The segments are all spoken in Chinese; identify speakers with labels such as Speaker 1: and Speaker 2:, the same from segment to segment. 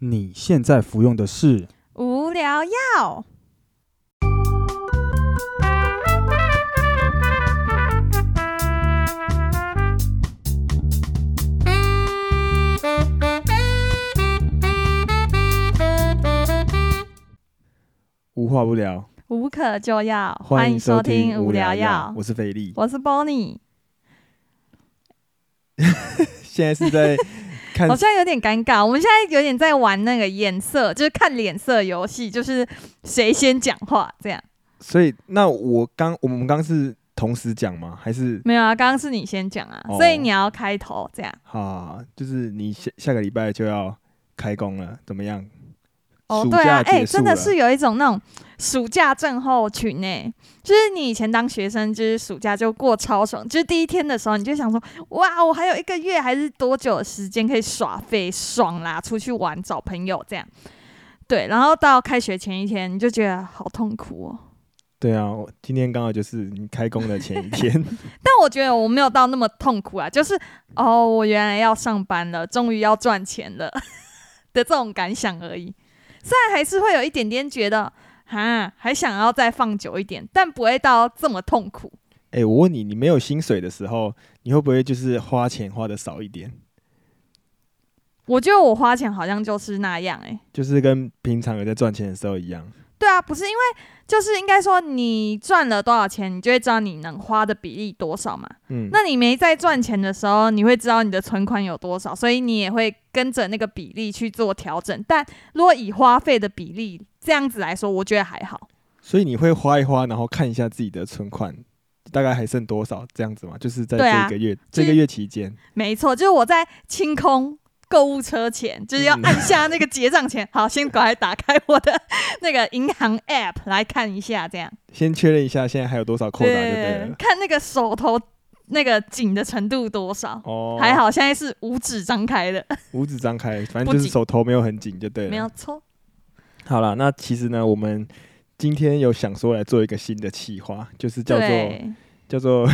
Speaker 1: 你现在服用的是
Speaker 2: 无聊药。
Speaker 1: 无话不聊，
Speaker 2: 无可救药，
Speaker 1: 欢
Speaker 2: 欢
Speaker 1: 迎
Speaker 2: 迎
Speaker 1: 收
Speaker 2: 收
Speaker 1: 听
Speaker 2: 听
Speaker 1: 无
Speaker 2: 无
Speaker 1: 聊
Speaker 2: 聊
Speaker 1: 药
Speaker 2: 药，。
Speaker 1: 我是菲力。
Speaker 2: 我是 Bonnie，
Speaker 1: 现在是 在看
Speaker 2: 好像有点尴尬。我们现在有点在玩那个颜色，就是看脸色游戏，就是谁先讲话这样。
Speaker 1: 所以那我刚我们刚是同时讲吗？还是
Speaker 2: 没有啊，刚刚是你先讲啊，
Speaker 1: 哦
Speaker 2: 所以你要开头这样。
Speaker 1: 啊，就是你下下个礼拜就要开工了，怎么样？
Speaker 2: 哦，
Speaker 1: 暑
Speaker 2: 对啊
Speaker 1: 假，
Speaker 2: 哎、
Speaker 1: 结束
Speaker 2: 真的
Speaker 1: 了
Speaker 2: 是有一种那种暑假症候群哎、就是你以前当学生，就是暑假就过超爽，就是第一天的时候你就想说，哇，我还有一个月还是多久的时间可以耍废爽啦，出去玩找朋友这样。对，然后到开学前一天，你就觉得好痛苦哦。
Speaker 1: 对啊，我今天刚好就是你开工的前一天，
Speaker 2: 但我觉得我没有到那么痛苦啊，就是哦，我原来要上班了，终于要赚钱了 的这种感想而已。虽然还是会有一点点觉得，哈，还想要再放久一点，但不会到这么痛苦。
Speaker 1: 哎、我问你，你没有薪水的时候，你会不会就是花钱花的少一点？
Speaker 2: 我觉得我花钱好像就是那样、欸，诶，
Speaker 1: 就是跟平常有在赚钱的时候一样。
Speaker 2: 对啊，不是因为就是应该说你赚了多少钱，你就会知道你能花的比例多少嘛。
Speaker 1: 嗯，
Speaker 2: 那你没在赚钱的时候，你会知道你的存款有多少，所以你也会跟着那个比例去做调整。但如果以花费的比例这样子来说，我觉得还好。
Speaker 1: 所以你会花一花，然后看一下自己的存款大概还剩多少这样子嘛？就是在
Speaker 2: 对啊
Speaker 1: 这个月、
Speaker 2: 就
Speaker 1: 这
Speaker 2: 是
Speaker 1: 个月期间，
Speaker 2: 没错，就是我在清空购物车前，就是 要
Speaker 1: 嗯
Speaker 2: 按下那个结账前，好，先赶快打开我的那个银行 App 来看一下，这样
Speaker 1: 先确认一下现在还有多少扣打就对了。
Speaker 2: 看那个手头那个紧的程度多少。
Speaker 1: 哦，
Speaker 2: 还，好现在是五指张开的，
Speaker 1: 五指张开，反正
Speaker 2: 不
Speaker 1: 就是
Speaker 2: 紧
Speaker 1: 手头没有很紧就对了。
Speaker 2: 没有错。
Speaker 1: 好了，那其实呢，我们今天有想说来做一个新的企划，就是叫做
Speaker 2: 对，
Speaker 1: 叫 做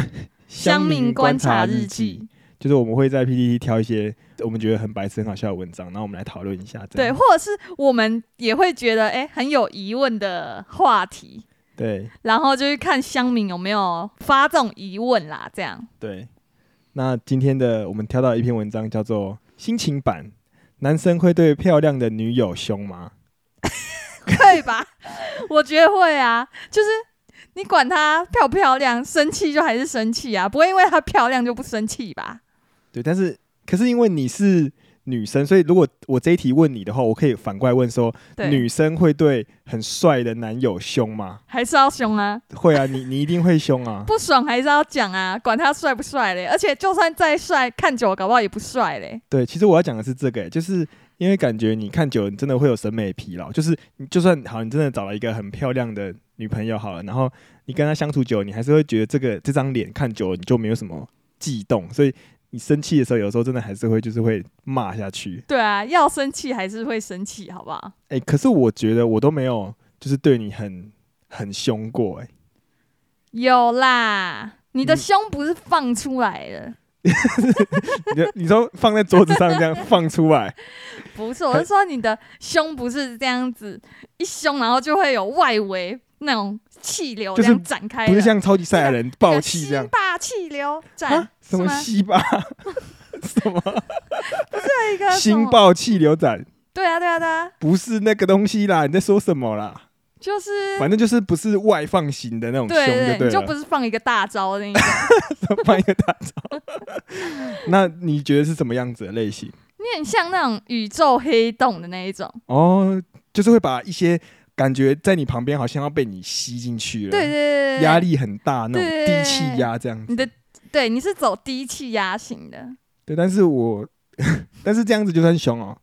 Speaker 2: 乡民观察日
Speaker 1: 记
Speaker 2: 记。。
Speaker 1: 就是我们会在 PPT 挑一些我们觉得很白痴、很好笑的文章，然后我们来讨论一下。这
Speaker 2: 对，
Speaker 1: 样
Speaker 2: 或者是我们也会觉得哎、诶很有疑问的话题，
Speaker 1: 对
Speaker 2: 然后就去看乡民有没有发这种疑问啦，这样。
Speaker 1: 对。那今天的我们挑到一篇文章，叫做《心情版》，男生会对漂亮的女友凶吗？
Speaker 2: 会吧？我觉得会啊，就是你管她漂不漂亮，生气就还是生气啊，不会因为她漂亮就不生气吧？
Speaker 1: 对，但是可是因为你是女生，所以如果我这一题问你的话，我可以反过来问说，
Speaker 2: 对，
Speaker 1: 女生会对很帅的男友凶吗？
Speaker 2: 还是要凶啊，
Speaker 1: 会啊，你你一定会凶 啊。
Speaker 2: 不爽还是要讲啊，管他帅不帅嘞。而且就算再帅，看久了搞不好也不帅嘞。
Speaker 1: 对，其实我要讲的是这个、欸就是因为感觉你看久了，你真的会有审美疲劳。就是你就算好，你真的找了一个很漂亮的女朋友好了，然后你跟她相处久了，你还是会觉得这个这张脸看久了你就没有什么悸动，所以你生气的时候，有时候真的还是会就是会骂下去。
Speaker 2: 对啊，要生气还是会生气，好不好？
Speaker 1: 哎、可是我觉得我都没有就是对你很很凶过、哎，
Speaker 2: 有啦，你的
Speaker 1: 嗯
Speaker 2: 胸不是放出来的，
Speaker 1: 你就你说放在桌子上这 样放出来，
Speaker 2: 不是，我是说你的胸不是这样子一胸，然后就会有外围那种气流
Speaker 1: 就
Speaker 2: 这
Speaker 1: 是
Speaker 2: 样展开的，
Speaker 1: 不是像超级赛亚人
Speaker 2: 那
Speaker 1: 爆
Speaker 2: 哎个
Speaker 1: 气这样
Speaker 2: 新。霸气流展
Speaker 1: 啊，
Speaker 2: 是
Speaker 1: 什么
Speaker 2: 吗？
Speaker 1: 西巴？ 什么？
Speaker 2: 这一个什么
Speaker 1: 新，爆气流斩
Speaker 2: 对啊，对啊，对啊，
Speaker 1: 不是那个东西啦，你在说什么啦？
Speaker 2: 就是
Speaker 1: 反正就是不是外放型的那种
Speaker 2: 嗯对
Speaker 1: 胸
Speaker 2: 对
Speaker 1: 对
Speaker 2: 你就
Speaker 1: 了，
Speaker 2: 不是放一个大招的那一种。
Speaker 1: 放一个大招。 那你觉得是什么样子的类型？
Speaker 2: 你很像那种宇宙黑洞的那一种，
Speaker 1: 哦，就是会把一些感觉在你旁边好像要被你吸进去了，
Speaker 2: 对对对对，
Speaker 1: 压
Speaker 2: 力，
Speaker 1: 力很大那种
Speaker 2: 对
Speaker 1: 低气压这样子。
Speaker 2: 你的对你是走低气压型的，
Speaker 1: 对，但是我 但是这样子就算凶哦。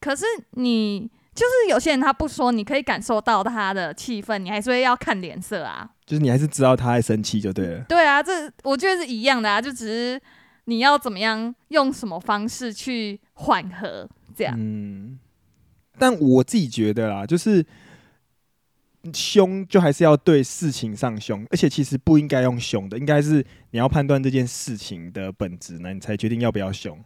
Speaker 2: 可是你就是有些人他不说，你可以感受到他的气氛，你还是会要看脸色啊。
Speaker 1: 就是你还是知道他在生气就对了，
Speaker 2: 对啊，这我觉得是一样的啊，就只是你要怎么样用什么方式去缓和这样。
Speaker 1: 嗯，但我自己觉得啦，就是凶就还是要对事情上凶，而且其实不应该用凶的，应该是你要判断这件事情的本质呢，你才决定要不要凶。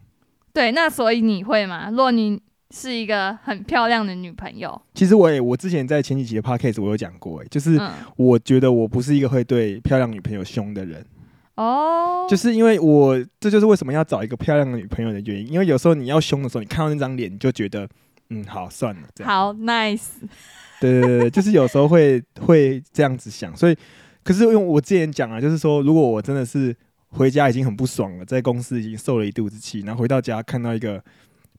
Speaker 2: 对，那所以你会吗？如果你是一个很漂亮的女朋友。
Speaker 1: 其实我也我之前在前几集的 podcast 我有讲过、欸，就是
Speaker 2: 嗯，
Speaker 1: 我觉得我不是一个会对漂亮女朋友凶的人，
Speaker 2: 哦，
Speaker 1: 就是因为我这就是为什么要找一个漂亮的女朋友的原因，因为有时候你要凶的时候，你看到那张脸你就觉得，嗯，好算了，这样，
Speaker 2: 好 nice，
Speaker 1: 对对对对，就是有时候会 会这样子想，所以可是因为我之前讲啊，就是说如果我真的是回家已经很不爽了，在公司已经受了一肚子气，然后回到家看到一个。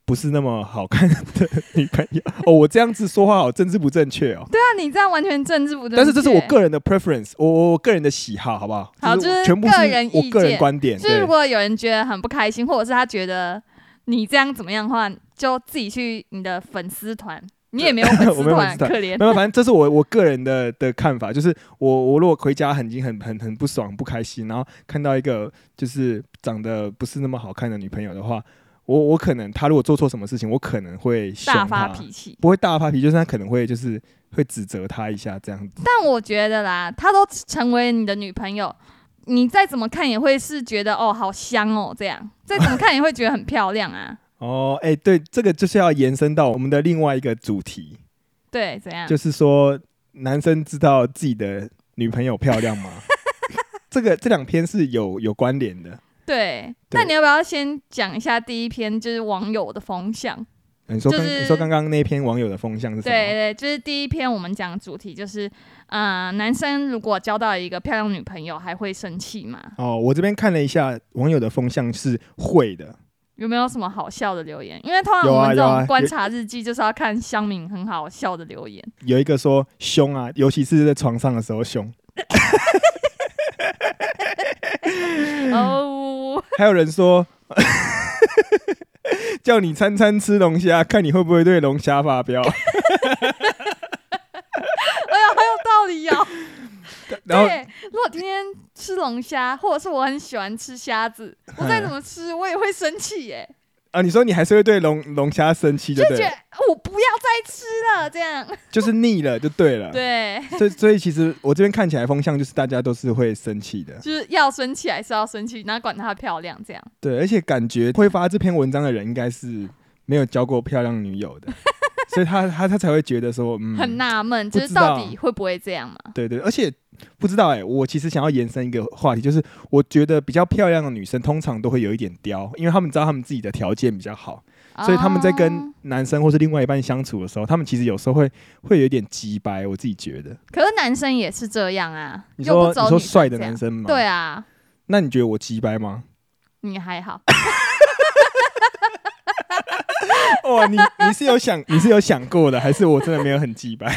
Speaker 1: 不是那么好看的女朋友 哦，我这样子说话好政治不正确哦。
Speaker 2: 对啊，你这样完全政治不正确。
Speaker 1: 但是这是我个人的 preference，我我我个人的喜好，好不好？
Speaker 2: 好
Speaker 1: 我
Speaker 2: 就是
Speaker 1: 全部是
Speaker 2: 个人意
Speaker 1: 我个人
Speaker 2: 见
Speaker 1: 观点，
Speaker 2: 就是
Speaker 1: 对
Speaker 2: 如果有人觉得很不开心，或者是他觉得你这样怎么样的话，就自己去你的粉丝团，你也没有粉
Speaker 1: 我
Speaker 2: 丝
Speaker 1: 没有粉丝
Speaker 2: 团，
Speaker 1: 团
Speaker 2: 可怜
Speaker 1: 没。 有，反正这是我我个人的的看法，就是我我如果回家很已经很很很不爽不开心，然后看到一个就是长得不是那么好看的女朋友的话，我我可能她如果做错什么事情，我可能会凶
Speaker 2: 大发
Speaker 1: 她
Speaker 2: 脾气，
Speaker 1: 不会大发脾气，就是她可能会就是会指责她一下这样 子。
Speaker 2: 但我觉得啦，她都成为你的女朋友，你再怎么看也会是觉得哦，好香哦，这样，再怎么看也会觉得很漂亮啊，
Speaker 1: 哦，哎、对，这个就是要延伸到我们的另外一个主 题，
Speaker 2: 对，怎样？
Speaker 1: 就是说男生知道自己的女朋友漂亮吗？ 这个这两篇是有有关联的。
Speaker 2: 对。
Speaker 1: 对
Speaker 2: 那你要不要先讲一下第一篇，就是网友的风向？
Speaker 1: 呃你说
Speaker 2: 就
Speaker 1: 刚、
Speaker 2: 是
Speaker 1: 你说刚刚那篇网友的风向是什么？
Speaker 2: 对对，就是第一篇我们讲的主题就是，呃，男生如果交到一个漂亮女朋友，还会生气吗？
Speaker 1: 哦，我这边看了一下，网友的风向是会的。
Speaker 2: 有没有什么好笑的留言？因为通常
Speaker 1: 有啊
Speaker 2: 我们这
Speaker 1: 有啊
Speaker 2: 种
Speaker 1: 有
Speaker 2: 观察日记就是要看乡民很好笑的留言。
Speaker 1: 有一个说凶啊，尤其是在床上的时候凶。
Speaker 2: 哦，
Speaker 1: 还有人说， 叫你餐餐吃龙虾，看你会不会对龙虾发 飙。
Speaker 2: 有道理哦。
Speaker 1: 然后
Speaker 2: 对，如果今天吃龙虾，或者是我很喜欢吃 虾子，我再怎么吃我也会生气耶，
Speaker 1: 啊，你说你还是会对龙龙虾生气，就
Speaker 2: 就
Speaker 1: 对啊了，
Speaker 2: 觉得我不要再吃 了这样。
Speaker 1: 就是腻了，就对了。
Speaker 2: 对，
Speaker 1: 所以，所以其实我这边看起来风向就是大家都是会生气的，
Speaker 2: 就是要生气还是要生气，哪管她漂亮这样。
Speaker 1: 对，而且感觉会发这篇文章的人应该是没有交过漂亮女友 的，所以他他他才会觉得说，嗯，
Speaker 2: 很纳闷，
Speaker 1: 不
Speaker 2: 就是
Speaker 1: 知
Speaker 2: 到
Speaker 1: 道
Speaker 2: 底会不会这样嘛？
Speaker 1: 对对，而且不知道哎、我其实想要延伸一个话题，就是我觉得比较漂亮的女生通常都会有一点刁，因为她们知道她们自己的条件比较好，所以她们在
Speaker 2: 哦
Speaker 1: 跟男生或是另外一半相处的时候，她们其实有时候会会有一点急白，我自己觉得。
Speaker 2: 可是男生也是这样啊，
Speaker 1: 你
Speaker 2: 又
Speaker 1: 说
Speaker 2: 不
Speaker 1: 你
Speaker 2: 走
Speaker 1: 说
Speaker 2: 女
Speaker 1: 帅的
Speaker 2: 这样
Speaker 1: 男，生吗？
Speaker 2: 对。啊，
Speaker 1: 那你觉得我急白吗？
Speaker 2: 你还好，
Speaker 1: 哇，哦你你是有想你是有想过的，还是我真的没有很急白？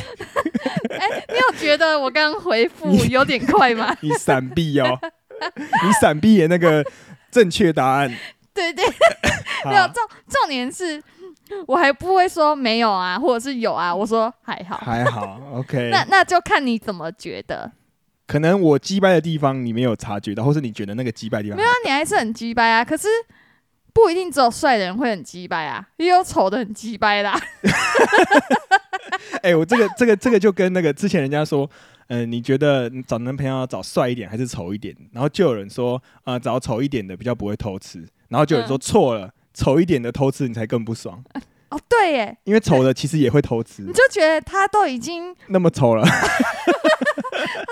Speaker 2: 你有觉得我刚回复有点快 吗？
Speaker 1: 你闪避哦，你闪避的那个正确答案。
Speaker 2: 对对，
Speaker 1: 好
Speaker 2: 没有重重点是，我还不会说没有啊，或者是有啊，我说还好，
Speaker 1: 还好，OK。
Speaker 2: 那那就看你怎么觉得。
Speaker 1: 可能我击败的地方你没有察觉到，或是你觉得那个击败地方
Speaker 2: 没有啊，你还是很鸡掰啊，可是。不一定只有帅的人会很鸡掰啊，也有丑的很啊鸡掰啦。
Speaker 1: 哎、我这个这个这个就跟那个之前人家说，嗯、你觉得你找男朋友要找帅一点还是丑一点？然后就有人说，啊，找丑一点的比较不会偷吃，然后就有
Speaker 2: 嗯
Speaker 1: 人说错了，丑一点的偷吃你才更不爽，
Speaker 2: 哦，对耶，
Speaker 1: 因为丑的其实也会偷吃
Speaker 2: 你，就觉得他都已经
Speaker 1: 那么丑了。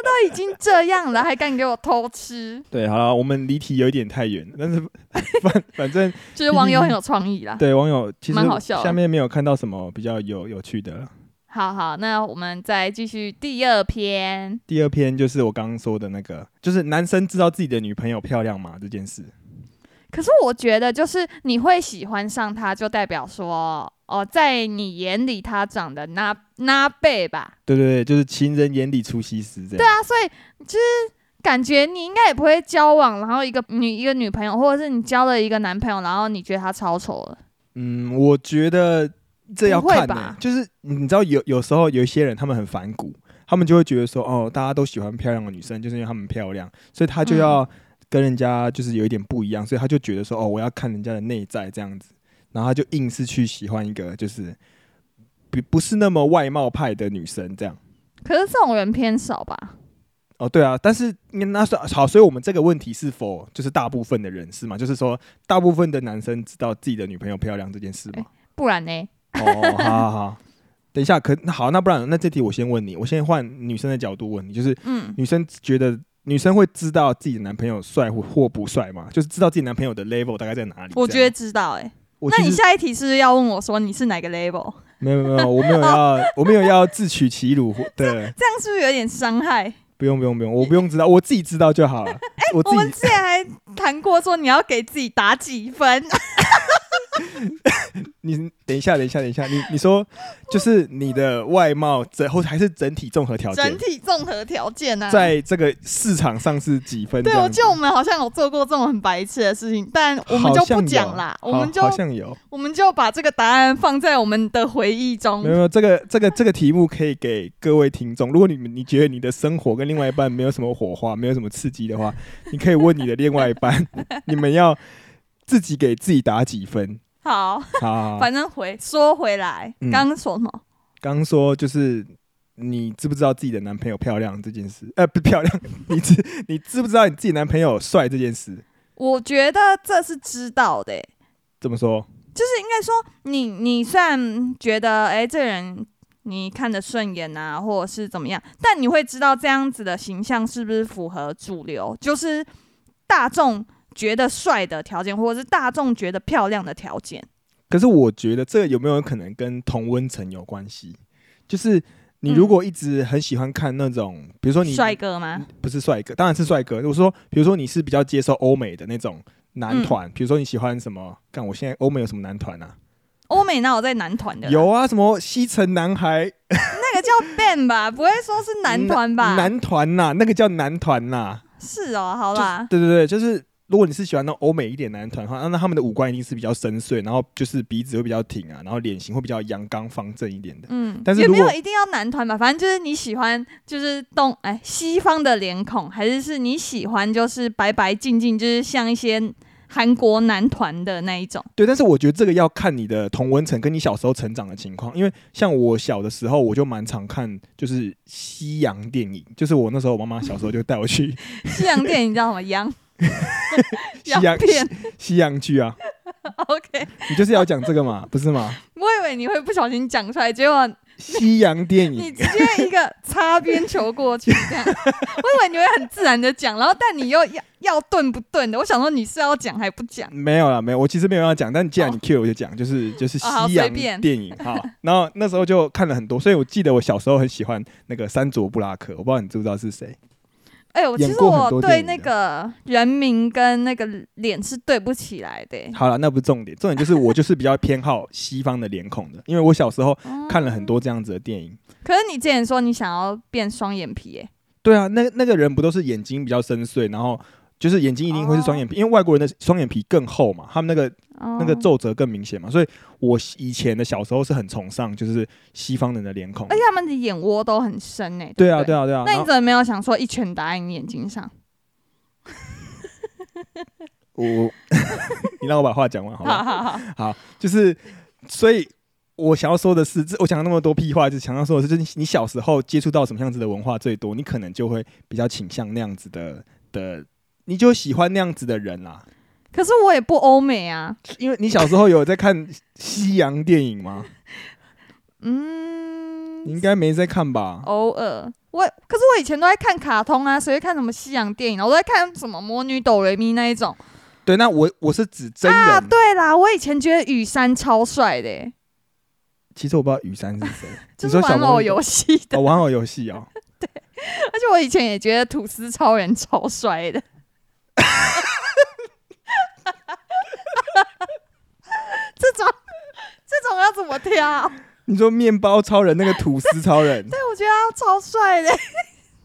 Speaker 2: 都已经这样了，还敢给我偷吃？
Speaker 1: 对，好了，我们离题有一点太远，但是 反反正
Speaker 2: 就是网友很有创意 啦。
Speaker 1: 对网友其实
Speaker 2: 蛮好笑的
Speaker 1: 下面没有看到什么比较有有趣的了。
Speaker 2: 好好，那我们再继续第二篇。
Speaker 1: 第二篇就是我刚刚说的那个，就是男生知道自己的女朋友漂亮吗这件事。
Speaker 2: 可是我觉得，就是你会喜欢上他，就代表说，哦，在你眼里他长得那那贝吧？
Speaker 1: 对对对，就是情人眼里出西施这样。对啊，
Speaker 2: 啊，所以就是感觉你应该也不会交往，然后一个女一个女朋友，或者是你交了一个男朋友，然后你觉得他超丑了，
Speaker 1: 嗯，我觉得这要
Speaker 2: 不
Speaker 1: 看
Speaker 2: 会
Speaker 1: 呢、
Speaker 2: 吧
Speaker 1: 就是你知道有有时候有一些人他们很反骨，他们就会觉得说，哦，大家都喜欢漂亮的女生，就是因为她们漂亮，所以他
Speaker 2: 嗯
Speaker 1: 就要跟人家就是有一点不一样，所以他就觉得说，哦，我要看人家的内在这样子，然后他就硬是去喜欢一个就是不不是那么外貌派的女生这样。
Speaker 2: 可是这种人偏少吧？
Speaker 1: 哦，对啊，但是应该那算好，所以我们这个问题是否就是大部分的人是吗？就是说，大部分的男生知道自己的女朋友漂亮这件事吗？
Speaker 2: 不然呢？
Speaker 1: 哦，好好好，等一下，可那好，那不然那这题我先问你，我先换女生的角度问你，就是
Speaker 2: 嗯，
Speaker 1: 女生觉得女生会知道自己的男朋友帅或或不帅吗？就是知道自己男朋友的 level 大概在哪里？
Speaker 2: 我
Speaker 1: 这
Speaker 2: 觉
Speaker 1: 样
Speaker 2: 得知道哎、
Speaker 1: 我
Speaker 2: 那
Speaker 1: 其
Speaker 2: 你
Speaker 1: 实
Speaker 2: 下一题是不是要问我说你是哪个 label？
Speaker 1: 没有没有没有，我没有要我没有要自取其辱或对，
Speaker 2: 这样是不是有点伤害？
Speaker 1: 不用不用不用，我不用知道，我自己知道就好了。我自
Speaker 2: 哎我们
Speaker 1: 己
Speaker 2: 之前还谈过说你要给自己打几分，
Speaker 1: 你等一下等一下等一下，你你说就是你的外貌整或还是整体综合条件
Speaker 2: 整，体综合条件啊。
Speaker 1: 在这个市场上是几分这
Speaker 2: 对，
Speaker 1: 样
Speaker 2: 我
Speaker 1: 子？
Speaker 2: 记得我们好像有做过这种很白痴的事情，但我们就
Speaker 1: 好像
Speaker 2: 不
Speaker 1: 有
Speaker 2: 讲啦，我
Speaker 1: 好
Speaker 2: 们就
Speaker 1: 好像有，
Speaker 2: 我们就把这个答案放在我们的回忆
Speaker 1: 没有
Speaker 2: 中。
Speaker 1: 没有，这个这个这个题目可以给各位听众，如果你们你觉得你的生活跟另外一半没有什么火花，没有什么刺激的话， 你可以问你的另外一半， 你们要自己给自己打几分。
Speaker 2: 好，
Speaker 1: 好，
Speaker 2: 反正回说回来，
Speaker 1: 嗯
Speaker 2: 刚刚说什么？
Speaker 1: 刚说就是你知不知道自己的男朋友漂亮这件事？呃，不漂亮， 你知你知不知道你自己男朋友帅这件事？
Speaker 2: 我觉得这是知道的欸、
Speaker 1: 怎么说？
Speaker 2: 就是应该说你，你虽然觉得哎、诶这个人你看得顺眼啊，或者是怎么样，但你会知道这样子的形象是不是符合主流，就是大众觉得帅的条件，或者是大众觉得漂亮的条件。
Speaker 1: 可是我觉得这有没有可能跟同温层有关系？就是你如果一直很喜欢看那种，比如说你
Speaker 2: 帅哥吗？
Speaker 1: 不是帅哥，当然是帅哥。我说，比如说你是比较接受欧美的那种
Speaker 2: 嗯
Speaker 1: 男团，比如说你喜欢什么？看我现在欧美有什么男团啊？
Speaker 2: 欧美哪有在男团的啦？
Speaker 1: 有啊，什么西城男孩
Speaker 2: 那个叫 band 吧，不会说是男团吧？
Speaker 1: 男团呐、那个叫男团呐、
Speaker 2: 是哦，好啦，
Speaker 1: 对对对，就是如果你是喜欢那种欧美一点男团的话，那那他们的五官一定是比较深邃，然后就是鼻子会比较挺啊，然后脸型会比较阳刚方正一点的。
Speaker 2: 嗯，
Speaker 1: 但是
Speaker 2: 也
Speaker 1: 如
Speaker 2: 没有
Speaker 1: 果
Speaker 2: 一定要男团吧，反正就是你喜欢就是东哎西方的脸孔，还是是你喜欢就是白白净净，就是像一些韩国男团的那一种。
Speaker 1: 对，但是我觉得这个要看你的同温层跟你小时候成长的情况，因为像我小的时候，我就蛮常看就是西洋电影，就是我那时候我妈妈小时候就带我去
Speaker 2: 西洋电影叫什么洋
Speaker 1: 西洋
Speaker 2: 片
Speaker 1: 西洋剧啊，
Speaker 2: ？OK，
Speaker 1: 你就是要讲这个嘛，不是吗？
Speaker 2: 我以为你会不小心讲出来，结果
Speaker 1: 西洋电
Speaker 2: 你
Speaker 1: 影，
Speaker 2: 直接一个擦边球过去，这样，我以为你会很自然的讲，然后但你又要要顿不顿的，我想说你是要讲还不讲，
Speaker 1: 没有啦，没有，我其实没有要讲，但既然你 cue 我就讲，就是就是
Speaker 2: 哦好
Speaker 1: 西洋
Speaker 2: 随便
Speaker 1: 电影哈、然后那时候就看了很多，所以我记得我小时候很喜欢那个山卓布拉克，我不知道你知不知道是谁？
Speaker 2: 哎、我其
Speaker 1: 演
Speaker 2: 实
Speaker 1: 过很
Speaker 2: 我
Speaker 1: 多
Speaker 2: 对
Speaker 1: 电影
Speaker 2: 那
Speaker 1: 的
Speaker 2: 个人名跟那个脸是对不起 来的、
Speaker 1: 好了，那不是重点，重点就是我就是比较偏好西方的脸孔的，因为我小时候
Speaker 2: 哦
Speaker 1: 看了很。多这样子的电影。
Speaker 2: 可是你之前说你想要变双眼皮、哎，
Speaker 1: 对啊，那那个人不都是眼睛比较深邃，然后就是眼睛一定会是双眼皮，因为外国人的双眼皮更厚嘛，他们那个
Speaker 2: 哦
Speaker 1: 那个皱褶更明显嘛，所以我以前的小时候是很崇尚就是西方人的脸孔
Speaker 2: 而。且他们的眼窝都很深哎、
Speaker 1: 对
Speaker 2: 不
Speaker 1: 啊，对啊，对啊。
Speaker 2: 哎那
Speaker 1: 然
Speaker 2: 你
Speaker 1: 后
Speaker 2: 怎么没有想说一拳打在你眼睛上？
Speaker 1: 我， 你让我把话讲完好
Speaker 2: 好
Speaker 1: 吧？
Speaker 2: 啊好好，
Speaker 1: 好，就是所以。我想要说的是，这我讲了那么多屁话，就想要说的是，就是你小时候接触到什么样子的文化最多，你可能就会比较倾向那样子的的，你就喜欢那样子的人啦。
Speaker 2: 可是我也不欧美啊，
Speaker 1: 因为你小时候有在看西洋电影 吗？你
Speaker 2: 嗯，
Speaker 1: 应该没在看吧？
Speaker 2: 偶尔我，可是我以前都在看卡通啊，谁会看什么西洋电影啊？我都在看什么魔女斗雷咪那一种
Speaker 1: 对，那我我是指真人。
Speaker 2: 啊。对啦，我以前觉得雨山超帅的、哎
Speaker 1: 其实我不知道雨山是谁，
Speaker 2: 就
Speaker 1: 你
Speaker 2: 是
Speaker 1: 说小
Speaker 2: 玩
Speaker 1: 魔
Speaker 2: 偶
Speaker 1: 女
Speaker 2: 游戏的。
Speaker 1: 哦，玩偶游戏哦。
Speaker 2: 而且我以前也觉得吐司超人超帅的。这种这种要怎么挑？
Speaker 1: 你说面包超人那个吐司超人，
Speaker 2: 对，我觉得他超帅的。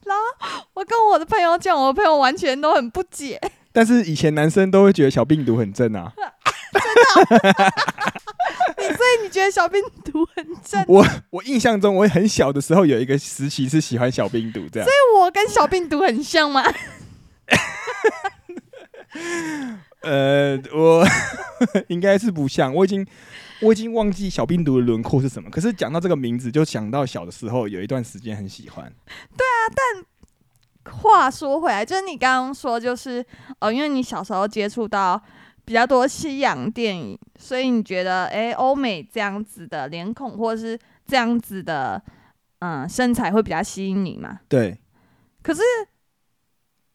Speaker 2: 然后我跟我的朋友讲，我的朋友完全都很不解，
Speaker 1: 但是以前男生都会觉得小病毒很正 啊。
Speaker 2: 所以你觉得小病毒很正？
Speaker 1: 我我印象中，我很小的时候有一个时期是喜欢小病毒这样。
Speaker 2: 对我跟小病毒很像吗？
Speaker 1: 呃，我 应该是不像，我已经我已经忘记小病毒的轮廓是什么。可是讲到这个名字，就想到小的时候有一段时间很喜欢。
Speaker 2: 话说回来，就是你刚刚说，就是呃，因为你小时候接触到比较多西洋电影，所以你觉得，诶，欧美这样子的脸孔或是这样子的，嗯，身材会比较吸引你吗？
Speaker 1: 对
Speaker 2: 可是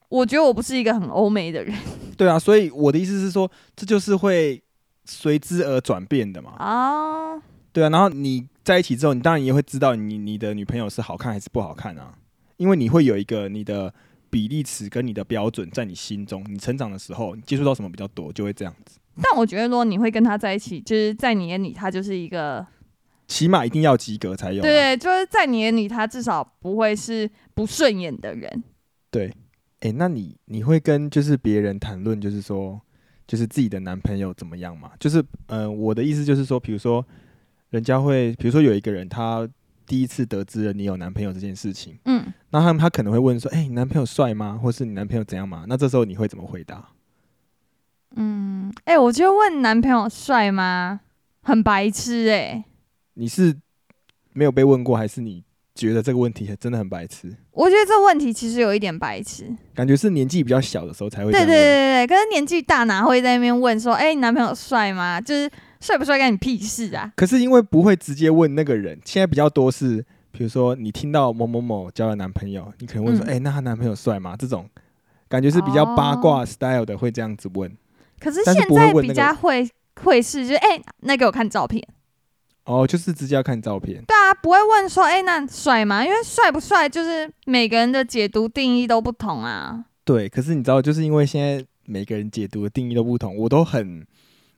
Speaker 2: 我觉得我不是一个很欧美的人
Speaker 1: 对啊，所以我的意思是说，这就是会随之而转变的嘛。
Speaker 2: 啊，
Speaker 1: 对啊，然后你在一起之后，你当然也会知道你你的女朋友是好看还是不好看啊，因为你会有一个你的比例尺跟你的标准在你心中。你成长的时候，你接触到什么比较多，就会这样子。
Speaker 2: 但我觉得如果你会跟他在一起，就是在你眼里他就是一个，
Speaker 1: 起码一定要及格才有啊、
Speaker 2: 对，就是在你眼里他至少不会是不顺眼的人。
Speaker 1: 哎、那你你会跟就是别人谈论，就是说，就是自己的男朋友怎么样嘛？就是，呃，我的意思就是说，比如说，人家会，比如说有一个人他第一次得知了你有男朋友这件事情，
Speaker 2: 嗯，
Speaker 1: 那他他可能会问说，哎、你男朋友帅吗？或是你男朋友怎样嘛？那这时候你会怎么回答？
Speaker 2: 嗯，哎、我觉得问男朋友帅吗，很白痴哎、
Speaker 1: 你是没有被问过，还是你觉得这个问题真的很白痴？
Speaker 2: 我觉得这问题其实有一点白痴。
Speaker 1: 感觉是年纪比较小的时候才会这
Speaker 2: 对对
Speaker 1: 样问
Speaker 2: 对对，可是年纪大哪会在那边问说，哎、你男朋友帅吗？就是帅不帅干你屁事啊！
Speaker 1: 可是因为不会直接问那个人，现在比较多是，比如说你听到某某某交了男朋友，你可能问说，
Speaker 2: 嗯
Speaker 1: 哎、那她男朋友帅吗？这种感觉是比较八
Speaker 2: 哦
Speaker 1: 卦 style 的，会这样子问。
Speaker 2: 可是
Speaker 1: 但是
Speaker 2: 现
Speaker 1: 不会
Speaker 2: 在
Speaker 1: 问
Speaker 2: 比
Speaker 1: 那个
Speaker 2: 较会会是，就是哎、那给我看照片。
Speaker 1: 哦，就是直接要看照片。
Speaker 2: 对啊，不会问说，哎、那帅吗？因为帅不帅，就是每个人的解读定义都不同啊。
Speaker 1: 对，可是你知道，就是因为现在每个人解读的定义都不同，我都很，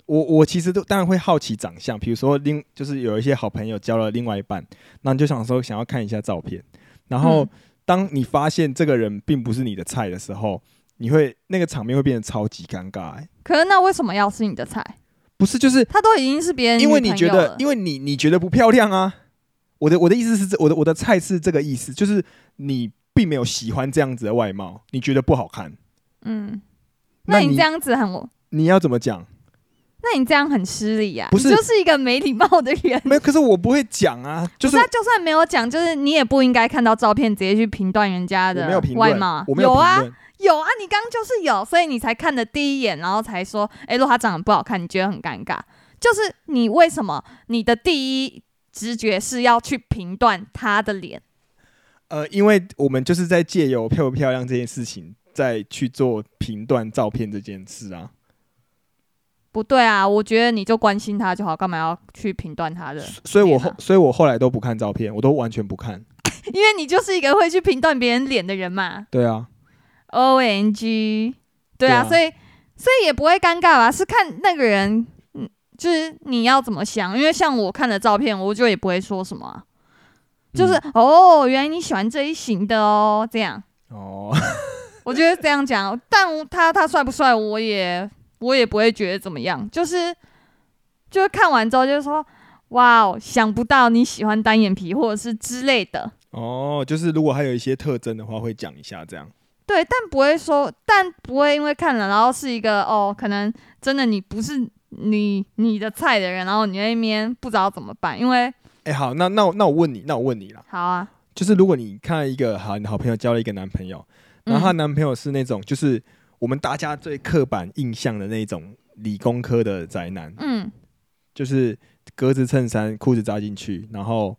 Speaker 1: 我我其实都当然会好奇长相，比如说另就是有一些好朋友交了另外一半，那你就想说想要看一下照片，然后。
Speaker 2: 嗯
Speaker 1: 当你发现这个人并不是你的菜的时候，你会那个场面会变得超级尴尬、欸。
Speaker 2: 可是那为什么要是你的菜？
Speaker 1: 不是，就是
Speaker 2: 他都已经是别人的
Speaker 1: 因为你
Speaker 2: 女朋
Speaker 1: 觉
Speaker 2: 友
Speaker 1: 得
Speaker 2: 了，
Speaker 1: 因为你你觉得不漂亮啊。我的我的意思是这，我的我的菜是这个意思，就是你并没有喜欢这样子的外貌，你觉得不好看，
Speaker 2: 嗯，
Speaker 1: 那
Speaker 2: 那你
Speaker 1: 你
Speaker 2: 这样子很，那
Speaker 1: 你要怎么讲？
Speaker 2: 你这样很失礼啊！
Speaker 1: 不是
Speaker 2: 你就是一个没礼貌的人。
Speaker 1: 没有，可是我不会讲 啊，就
Speaker 2: 不
Speaker 1: 是
Speaker 2: 是啊，就算没有讲，就是你也不应该看到照片直接去评断人家
Speaker 1: 我
Speaker 2: 的
Speaker 1: 没有评
Speaker 2: 外
Speaker 1: 论
Speaker 2: 貌啊，。
Speaker 1: 我没
Speaker 2: 有
Speaker 1: 评
Speaker 2: 啊，
Speaker 1: 论，
Speaker 2: 有啊，你刚刚就是有，所以你才看的第一眼，然后才说，哎、如果他长得不好看，你觉得很尴尬。就是你为什么你的第一直觉是要去评断他的脸？
Speaker 1: 呃，因为我们就是在借由漂不漂亮这件事情，再去做评断照片这件事啊。
Speaker 2: 不对啊，我觉得你就关心他就好，干嘛要去评断他的？
Speaker 1: 所以我
Speaker 2: 天
Speaker 1: 后
Speaker 2: 啊，
Speaker 1: 所以我后来都不看照片，我都完全不看。
Speaker 2: 因为你就是一个会去评断别人脸的人嘛。
Speaker 1: 对啊，
Speaker 2: O N G，对
Speaker 1: 对
Speaker 2: 啊，
Speaker 1: 啊
Speaker 2: 所以所以也不会尴尬吧？是看那个人，嗯，就是你要怎么想，因为像我看的照片，我就也不会说什么啊、 就是、
Speaker 1: 嗯
Speaker 2: 哦，原来你喜欢这一型的哦，这样，
Speaker 1: 哦，
Speaker 2: 我觉得这样讲，但他他帅不帅，我也我也不会觉得怎么样，就是就是看完之后就说，哇哦，想不到你喜欢单眼皮或者是之类的，
Speaker 1: 哦，就是如果还有一些特征的话，会讲一下这样。
Speaker 2: 对，但不会说，但不会因为看了，然后是一个哦，可能真的你不是你你的菜的人，然后你在那边不知道怎么办，因为
Speaker 1: 哎、好，那那我那我问你，那我问你啦，
Speaker 2: 好啊，
Speaker 1: 就是如果你看一个好，你的好朋友交了一个男朋友，然后她
Speaker 2: 嗯、
Speaker 1: 男朋友是那种就是我们大家最刻板印象的那种理工科的宅男，
Speaker 2: 嗯，
Speaker 1: 就是格子衬衫，裤子扎进去，然后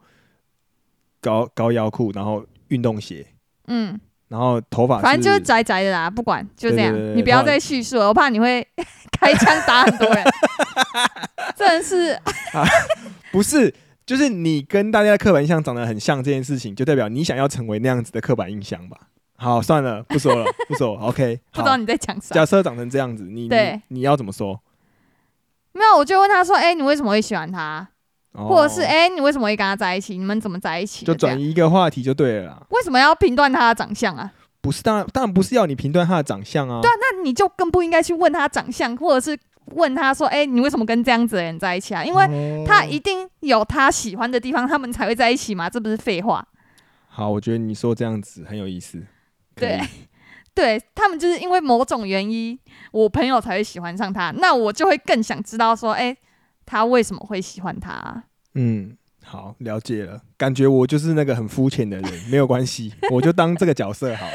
Speaker 1: 高高腰裤，然后运动鞋，
Speaker 2: 嗯，
Speaker 1: 然后头发
Speaker 2: 反正就是宅宅的啦，不管就这样，
Speaker 1: 啊对对对
Speaker 2: 你不要再叙述了，我怕你会 开枪打很多人， 真 的是
Speaker 1: 不是。就是你跟大家的刻板印象长得很像这件事情，就代表你想要成为那样子的刻板印象吧？好，算了，不说了，不说了，OK 好。
Speaker 2: 不知道你在讲啥。
Speaker 1: 假设长成这样子，你你
Speaker 2: 对
Speaker 1: 你要怎么说？
Speaker 2: 没有，我就问他说，哎、你为什么会喜欢他？
Speaker 1: 哦
Speaker 2: 或者是哎、你为什么会跟他在一起？你们怎么在一起的？
Speaker 1: 就
Speaker 2: 这
Speaker 1: 转
Speaker 2: 样
Speaker 1: 移一个话题就对了啦。
Speaker 2: 为什么要评断他的长相啊？
Speaker 1: 不是，当然当然不是要你评断他的长相啊。
Speaker 2: 对啊，那你就更不应该去问他长相，或者是问他说：“哎、你为什么跟这样子的人在一起啊？”因为
Speaker 1: 为
Speaker 2: 他一定有他喜欢的地方，他们才会在一起嘛，这不是废话？
Speaker 1: 好，我觉得你说这样子很有意思。可以
Speaker 2: 对，对他们就是因为某种原因，我朋友才会喜欢上他，那我就会更想知道说：“哎、他为什么会喜欢他啊、
Speaker 1: 嗯，好，了解了。感觉我就是那个很肤浅的人，没有关系，我就当这个角色好了。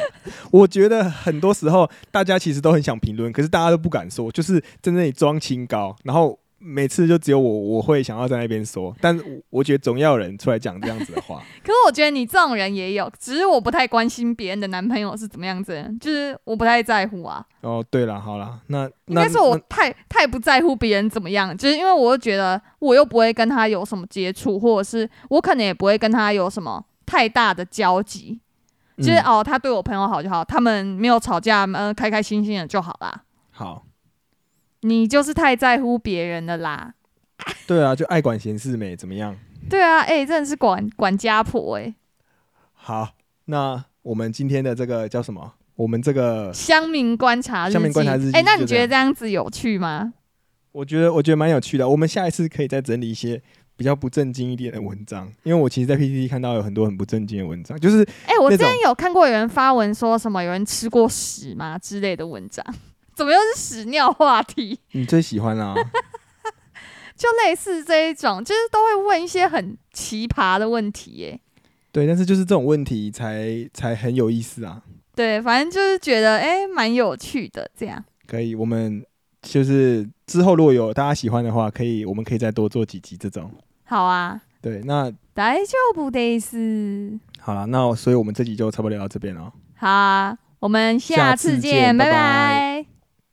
Speaker 1: 我觉得很多时候大家其实都很想评论，可是大家都不敢说，就是在那里装清高，然后每次就只有我我会想要在那边说，但是我我觉得总要有人出来讲这样子的话。
Speaker 2: 可是我觉得你这种人也有，只是我不太关心别人的男朋友是怎么样子的人，就是我不太在乎啊。
Speaker 1: 哦，对了，好了，那
Speaker 2: 应
Speaker 1: 那
Speaker 2: 该是我
Speaker 1: 那
Speaker 2: 太太不在乎别人怎么样，就是因为我就觉得我又不会跟他有什么接触，或者是我可能也不会跟他有什么太大的交集。就是、
Speaker 1: 嗯
Speaker 2: 哦，他对我朋友好就好，他们没有吵架，呃，开开心心的就好啦。
Speaker 1: 好，
Speaker 2: 你就是太在乎别人了啦。
Speaker 1: 对啊，就爱管闲事没怎么样。
Speaker 2: 对啊，哎、真的是管管家婆哎、
Speaker 1: 好，那我们今天的这个叫什么？我们这个
Speaker 2: 乡民观察日记。
Speaker 1: 呃乡民观察日记
Speaker 2: 哎、那
Speaker 1: 就
Speaker 2: 你
Speaker 1: 这
Speaker 2: 觉得
Speaker 1: 样
Speaker 2: 这样子有趣吗？
Speaker 1: 我觉得我觉得蛮有趣的，啊我们下一次可以再整理一些比较不正经一点的文章，因为我其实，在 PPT 看到有很多很不正经的文章，就是
Speaker 2: 哎、我
Speaker 1: 那
Speaker 2: 之
Speaker 1: 种
Speaker 2: 前有看过有人发文说什么有人吃过屎吗之类的文章，怎么又是屎尿话题？
Speaker 1: 你最喜欢啊，
Speaker 2: 就类似这一种，就是都会问一些很奇葩的问题耶、
Speaker 1: 对，但是就是这种问题才才很有意思啊。
Speaker 2: 对，反正就是觉得哎，蛮、有趣的这样。
Speaker 1: 可以，我们就是之后如果有大家喜欢的话，可以我们可以再多做几集这种。
Speaker 2: 好啊，
Speaker 1: 对，那
Speaker 2: 大丈夫です。
Speaker 1: 好了，那所以我们这集就差不多聊到这边了。
Speaker 2: 好啊，我们下
Speaker 1: 下次
Speaker 2: 次
Speaker 1: 见
Speaker 2: 见，
Speaker 1: 拜
Speaker 2: 拜
Speaker 1: 拜
Speaker 2: 拜